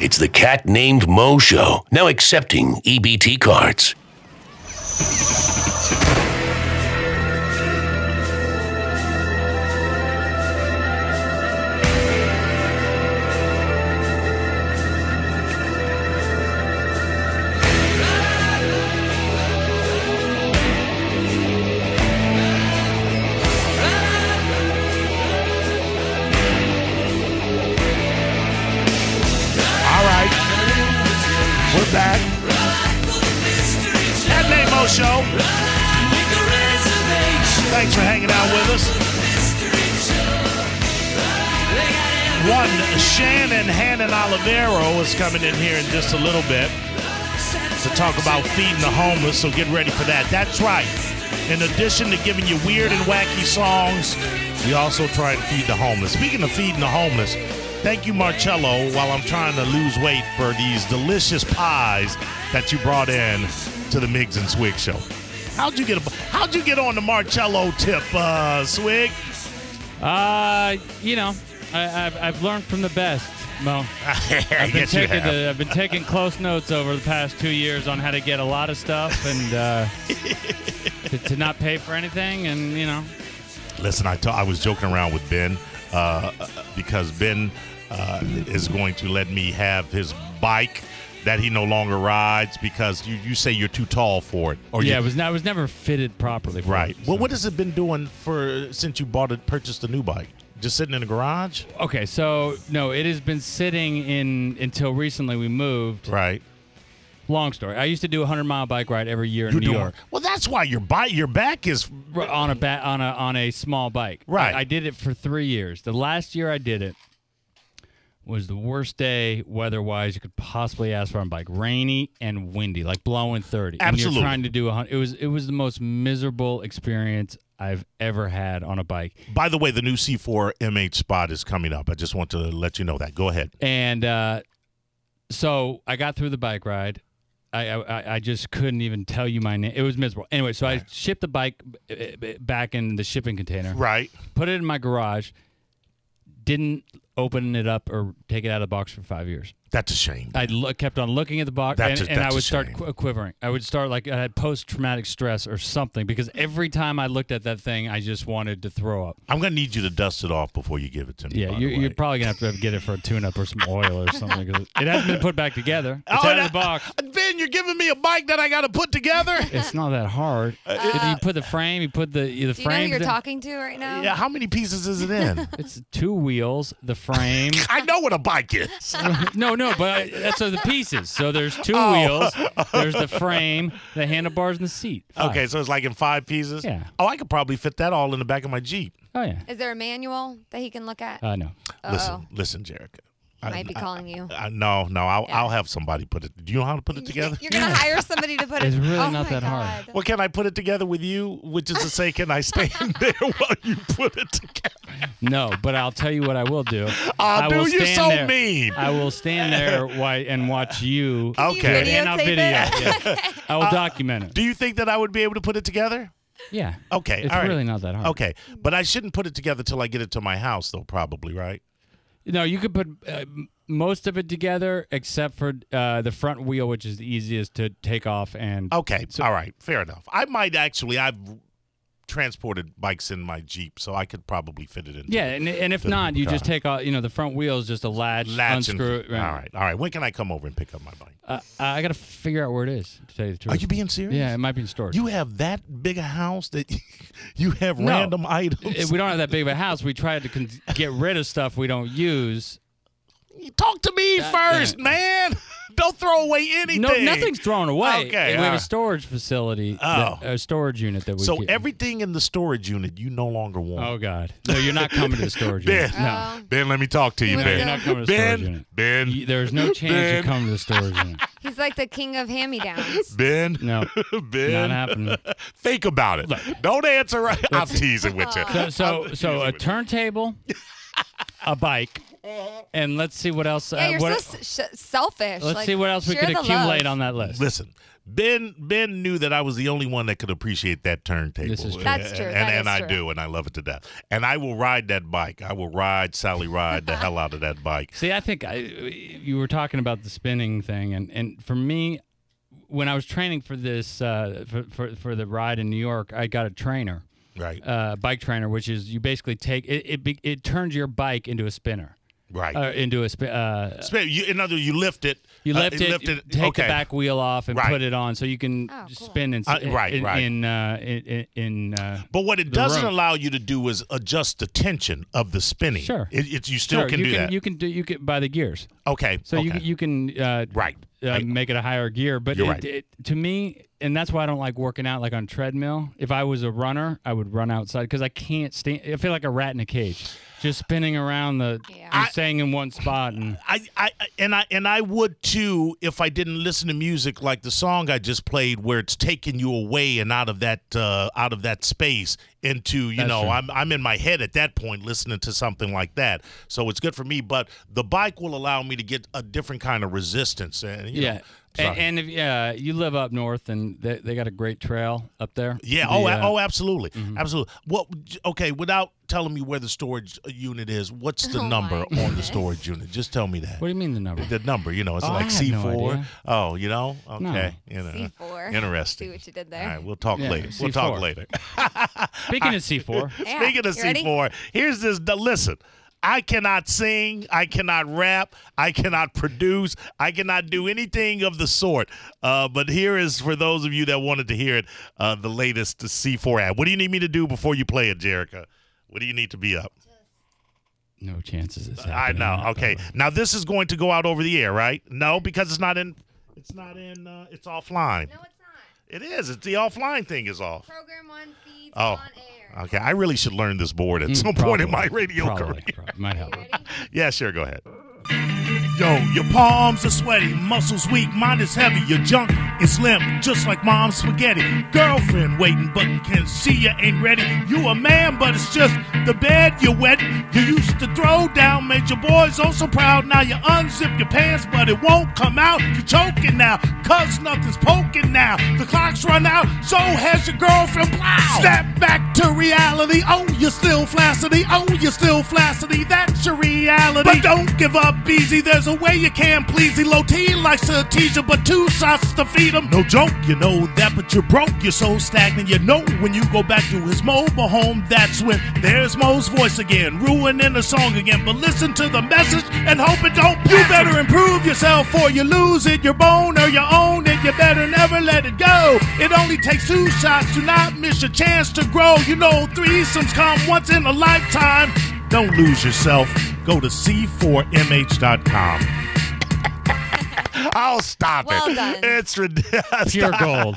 It's the cat named Mo Show, now accepting EBT cards. All right. We're back. Ed Nemo Show. Thanks for hanging out with us. One, Shannon Hannon Olivero is coming in here in just a little bit to talk about feeding the homeless, so get ready for that. That's right. In addition to giving you weird and wacky songs, we also try and feed the homeless. Speaking of feeding the homeless, thank you, Marcello, while I'm trying to lose weight for these delicious pies that you brought in to the Miggs and Swig show. How'd you get a, how'd you get on the Marcello tip, uh, Swig? Uh, you know, I, I've, I've learned from the best, Mo. I I've been taking The, I've been taking close notes over the past two years on how to get a lot of stuff and uh, to, to not pay for anything, and you know, Listen, I ta- I was joking around with Ben uh, uh, because Ben uh, is going to let me have his bike that he no longer rides because you, you say you're too tall for it. Or Oh, you- yeah, it was not, it was never fitted properly. For right. me, Well, so. what has it been doing for since you bought it, purchased the new bike? Just sitting in the garage? Okay, so no, it has been sitting in until recently. We moved. Right. Long story. I used to do a hundred mile bike ride every year in You're New doing York. well. That's why your bike, your back is r- on a ba- on a on a small bike. Right. I, I did it for three years. The last year I did it was the worst day weather wise you could possibly ask for on a bike. Rainy and windy, like blowing thirty. And Absolutely. you're trying to do a hundred. It was it was the most miserable experience I've ever had on a bike. By the way, the new C4 MH spot is coming up. I just want to let you know that. Go ahead. And uh, so I got through the bike ride. I, I I- I just couldn't even tell you my name. It was miserable. Anyway, so I shipped the bike uh, uh, back in the shipping container. Right. put it in my garage, didn't open it up or take it out of the box for five years. That's a shame. I lo- kept on looking at the box, That's and, a- and I that's a would start shame. qu- quivering. I would start like I had post-traumatic stress or something because every time I looked at that thing, I just wanted to throw up. I'm gonna need you to dust it off before you give it to me. Yeah, by you're, the way. you're probably gonna have to have- get it for a tune-up or some oil or something. 'cause It hasn't been put back together. It's Oh, out and of the I- box. Ben, you're giving me a bike that I got to put together. It's not that hard. if you put the frame, you put the the Uh, Do you know who frame. you're talking to right now? yeah, how many pieces is it in? It's two wheels, the frame, I know what a bike is. no, no, but I, that's so the pieces. So there's two Oh. wheels, there's the frame, the handlebars, and the seat. Five. Okay, so it's like in five pieces. Yeah. Oh, I could probably fit that all in the back of my Jeep. Oh yeah. Is there a manual that he can look at? Uh, no. Listen, listen, Jerica. I might be uh, calling you. I, no, no, I'll, Yeah. I'll have somebody put it. Do you know how to put it together? You're gonna hire somebody to put it. It's really oh not my that hard. God. Well, can I put it together with you? Which is to say, can I stand there while you put it together? No, but I'll tell you what I will do. Aw, I will dude, you're stand so there- mean. I will stand there why, and watch you. Can you okay. do it, And I'll videotape video. it? it, yeah. I will document it. Do you think that I would be able to put it together? Yeah. Okay, It's all right. really not that hard. Okay, but I shouldn't put it together till I get it to my house, though. Probably right. No, you could put uh, m- most of it together except for uh, the front wheel, which is the easiest to take off and. Okay. all right. Fair enough. I might actually. I've transported bikes in my Jeep, so I could probably fit it in. Yeah, and, and if The not, you just car. take off. You know, the front wheel is just a latch, Latch and- unscrew it. All right. All right. When can I come over and pick up my bike? Uh, I gotta figure out where it is. To tell you the truth. Are you being serious? yeah, it might be in storage. You have that big a house that you have No. random items. If Uh, we don't have that big of a house. We tried to con- get rid of stuff we don't use. Talk to me first, man. Don't throw away anything. No, nothing's thrown away. Okay, we have alright. a storage facility, Oh. that, a storage unit that we. So get- everything in the storage unit you no longer want. Oh God! No, you're not coming to the storage Ben, unit. No, Oh, Ben, let me talk to you, Where Ben. to you're Oh. not coming to the storage Ben, unit. Ben, You- There's no chance Ben. you come to the storage unit. He's like the king of hand-me-downs. Ben, No, Ben. not happening. Think about it. Don't answer right. I'm teasing with you. So, so, so a turntable, a bike, and let's see what Uh, else. uh, Yeah, you're what, so s- sh- selfish. let's like, see what else we share could the accumulate love. on that list. Listen, Ben Ben knew that I was the only one that could appreciate that turntable. This is true. That's true. And That and is I true. do, and I love it to death. And I will ride that bike. I will ride Sally ride the hell out of that bike. See, I think I, you were talking about the spinning thing, and, and for me, when I was training for this uh, for, for for the ride in New York, I got a trainer, Right. uh, bike trainer, which is you basically take it. It, be, it turns your bike into a spinner, right. uh, into a spin. Uh, Spin- you, in other words, you lift it. you uh, lift it, take okay. the back wheel off, and Right. put it on, so you can Oh, cool. spin and Uh, right, in, right. in uh, in, in uh, But what it the doesn't rope. allow you to do is adjust the tension of the spinning. Sure. It, it's you still Sure, can you do can, that. You can do you can by the gears. okay. So okay. you you can uh, Right. uh, I- make it a higher gear, but You're it, right. it, to me, and that's why I don't like working out like on treadmill. If I was a runner, I would run outside because I can't stand. I feel like a rat in a cage, just spinning around the, Yeah. and I- staying in one spot. And I, I I- and I and I would too if I didn't listen to music like the song I just played, where it's taking you away and out of that uh, out of that space into you That's know true. I'm I'm in my head at that point listening to something like that. So it's good for me, but the bike will allow me to get a different kind of resistance. And you know, yeah, A- sorry. and, if yeah, you live up north, and they, they got a great trail up there. Yeah. The, Oh. a- uh, oh. Absolutely. Absolutely. What? Okay. Without telling me where the storage unit is, what's the Oh my number on the goodness. storage unit? Just tell me that. What do you mean the number? the number, you know, it's Oh, I like had C no four. idea. oh, you know, okay, you know, C4. Uh, interesting. See what you did All there. right, we'll talk Yeah, later. We'll C4. talk later. Speaking of C four, Yeah. Speaking of You ready? C four, here's this. the- Listen, I cannot sing. I cannot rap. I cannot produce. I cannot do anything of the sort. Uh, but here is for those of you that wanted to hear it, uh, the latest C four ad. What do you need me to do before you play it, Jerica? What do you need to be up? no chances. It's I happening. know. Okay. Now this is going to go out over the air, right? No, because it's not in. It's not in. Uh, it's offline. No, it's not. It is. It's the offline thing is off. Program one feeds Oh. on air. Okay. I really should learn this board at some point in my radio Mm, Probably, career. probably. might help. You ready? Yeah, sure. Go ahead. Yo, your palms are sweaty, muscles weak, mind is heavy, your junk is slim, just like mom's spaghetti. Girlfriend waiting, but can see you ain't ready. You a man, but it's just the bed you're wet. You used to throw down, made your boys oh so proud. Now you unzip your pants, but it won't come out. You're choking now, cause nothing's poking now. The clock's run out, so has your girlfriend plow. Snap back to reality, oh, you're still flaccidy, oh, you're still flaccidy, that's your reality. But don't give up easy, there's a way you can please thee. Low T likes to tease you, but two shots to feed him. No joke, you know that, but you're broke, you're so stagnant. You know when you go back to his mobile home, that's when there's Mo's voice again, ruining the song again. But listen to the message and hope it don't. You better improve yourself or you lose it. Your bone or your own it. You better never let it go. It only takes two shots. Do not miss your chance to grow. You know threesomes come once in a lifetime. Don't lose yourself. Go to c4mh.com. I'll stop Well it. done. It's ridiculous. Pure gold.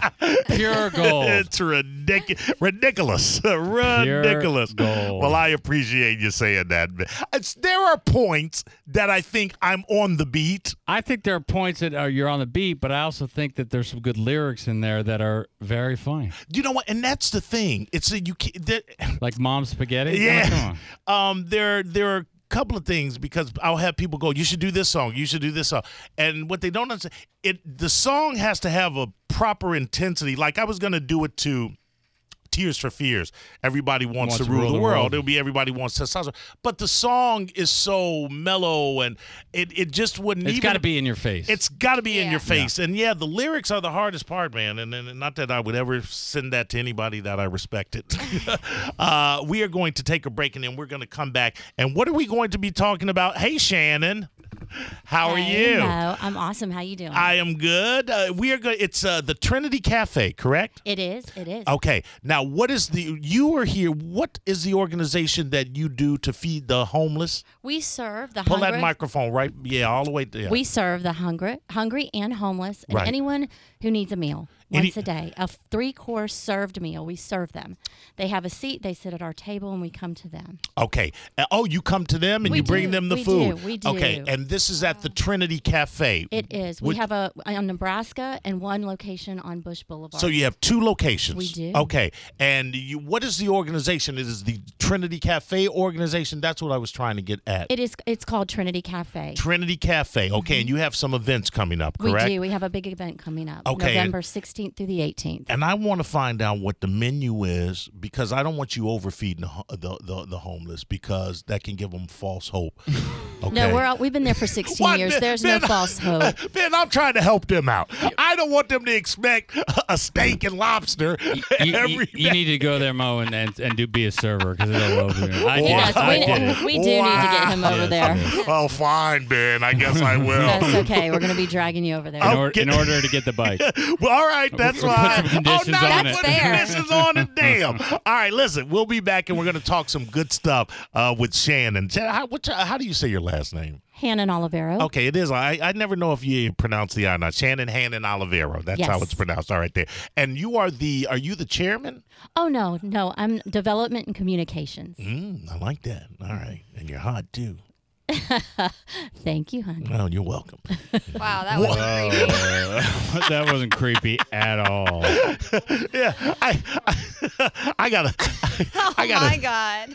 Pure gold. It's ridiculous. Ridiculous. ridiculous. gold. Well, I appreciate you saying that. It's, there are points that I think I'm on the beat. I think there are points that are you're on the beat, but I also think that there's some good lyrics in there that are very funny, You know what? And that's the thing. It's that you can't. There, like "Mom Spaghetti." Oh, come yeah. on. Um, there, there are a couple of things because I'll have people go, you should do this song. You should do this song. And what they don't understand, it the song has to have a proper intensity. Like I was going to do it to. Tears for Fears. Everybody wants, to rule the, world. It'll be everybody wants testosterone. But the song is so mellow and it, it just wouldn't It's even got to be in your face. it's got to be in Yeah. your face. And yeah, the lyrics are the hardest part, man. And, and not that I would ever send that to anybody that I respected. uh, we are going to take a break and then we're going to come back. And what are we going to be talking about? Hey, Shannon, how are Hey, you? Mo. I'm awesome. How you doing? I am good. Uh, we are good. It's uh, the Trinity Cafe, correct? it is. It is. Okay. Now, what is the, you are here. What is the organization that you do to feed the homeless? We serve the Pull hungry. that microphone right, yeah, all the way there. We serve the hungry, hungry and homeless, and Right. anyone who needs a meal Any- once a day, a three-course served meal. We serve them. They have a seat. They sit at our table, and we come to them. Okay. Uh, Oh, you come to them and We you bring do. them the We food. do. We do. Okay. And this this is at the Trinity Cafe. It is. Would- we have a on Nebraska and one location on Bush Boulevard. So you have two locations. We do. Okay, and you, what is the organization? It is the Trinity Cafe organization. That's what I was trying to get at. it is. It's called Trinity Cafe. Trinity Cafe. Okay, and you have some events coming up, correct? We do. We have a big event coming up, Okay, and- November 16th through the 18th. And I want to find out what the menu is because I don't want you overfeeding the ho- the, the, the homeless because that can give them false hope. Okay. No, we're all, we've been there for 16 What? years. Ben- There's no Ben- false hope. Ben, I'm trying to help them out. I don't want them to expect a steak and lobster You, every you, you need to go there, Mo, and and, and do be a server because it'll open. I He did does. it. I We, did it. we do need to get him over Yes, there. yes. Oh, fine, Ben. I guess I That's will. okay. We're going to be dragging you over there. In, or, Okay. in order to get the bike. Uh, Well, all right, that's We'll put fine. some conditions oh, now on you it. put That's fair. conditions on it. Damn. All right, listen. We'll be back, and we're going to talk some good stuff uh, with Shannon. Shannon, How, what, how do you say your last name? Hannon Oh. Olivero. Okay, it is. I, I never know if you pronounce the I or not. Shannon Hannon Olivero. That's how Yes. it's pronounced. All right, there. And you are the. Are you the chairman? Oh, no, no. I'm development and communications. Mm, I like that. All right, and you're hot too. Mm-hmm. Thank you, honey. Oh, you're welcome. Wow, that was creepy. Uh, that wasn't creepy at all. yeah, I, I, I gotta. I, Oh gotta. my god.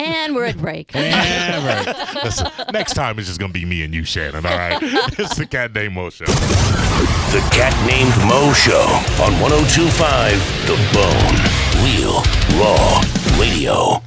And we're at break. Yeah, right. Listen, next time it's just gonna be me and you, Shannon. All right, it's the Cat Day Mo Show. The Cat Named Mo Show oh on 1025 The Bone. Real, raw, radio.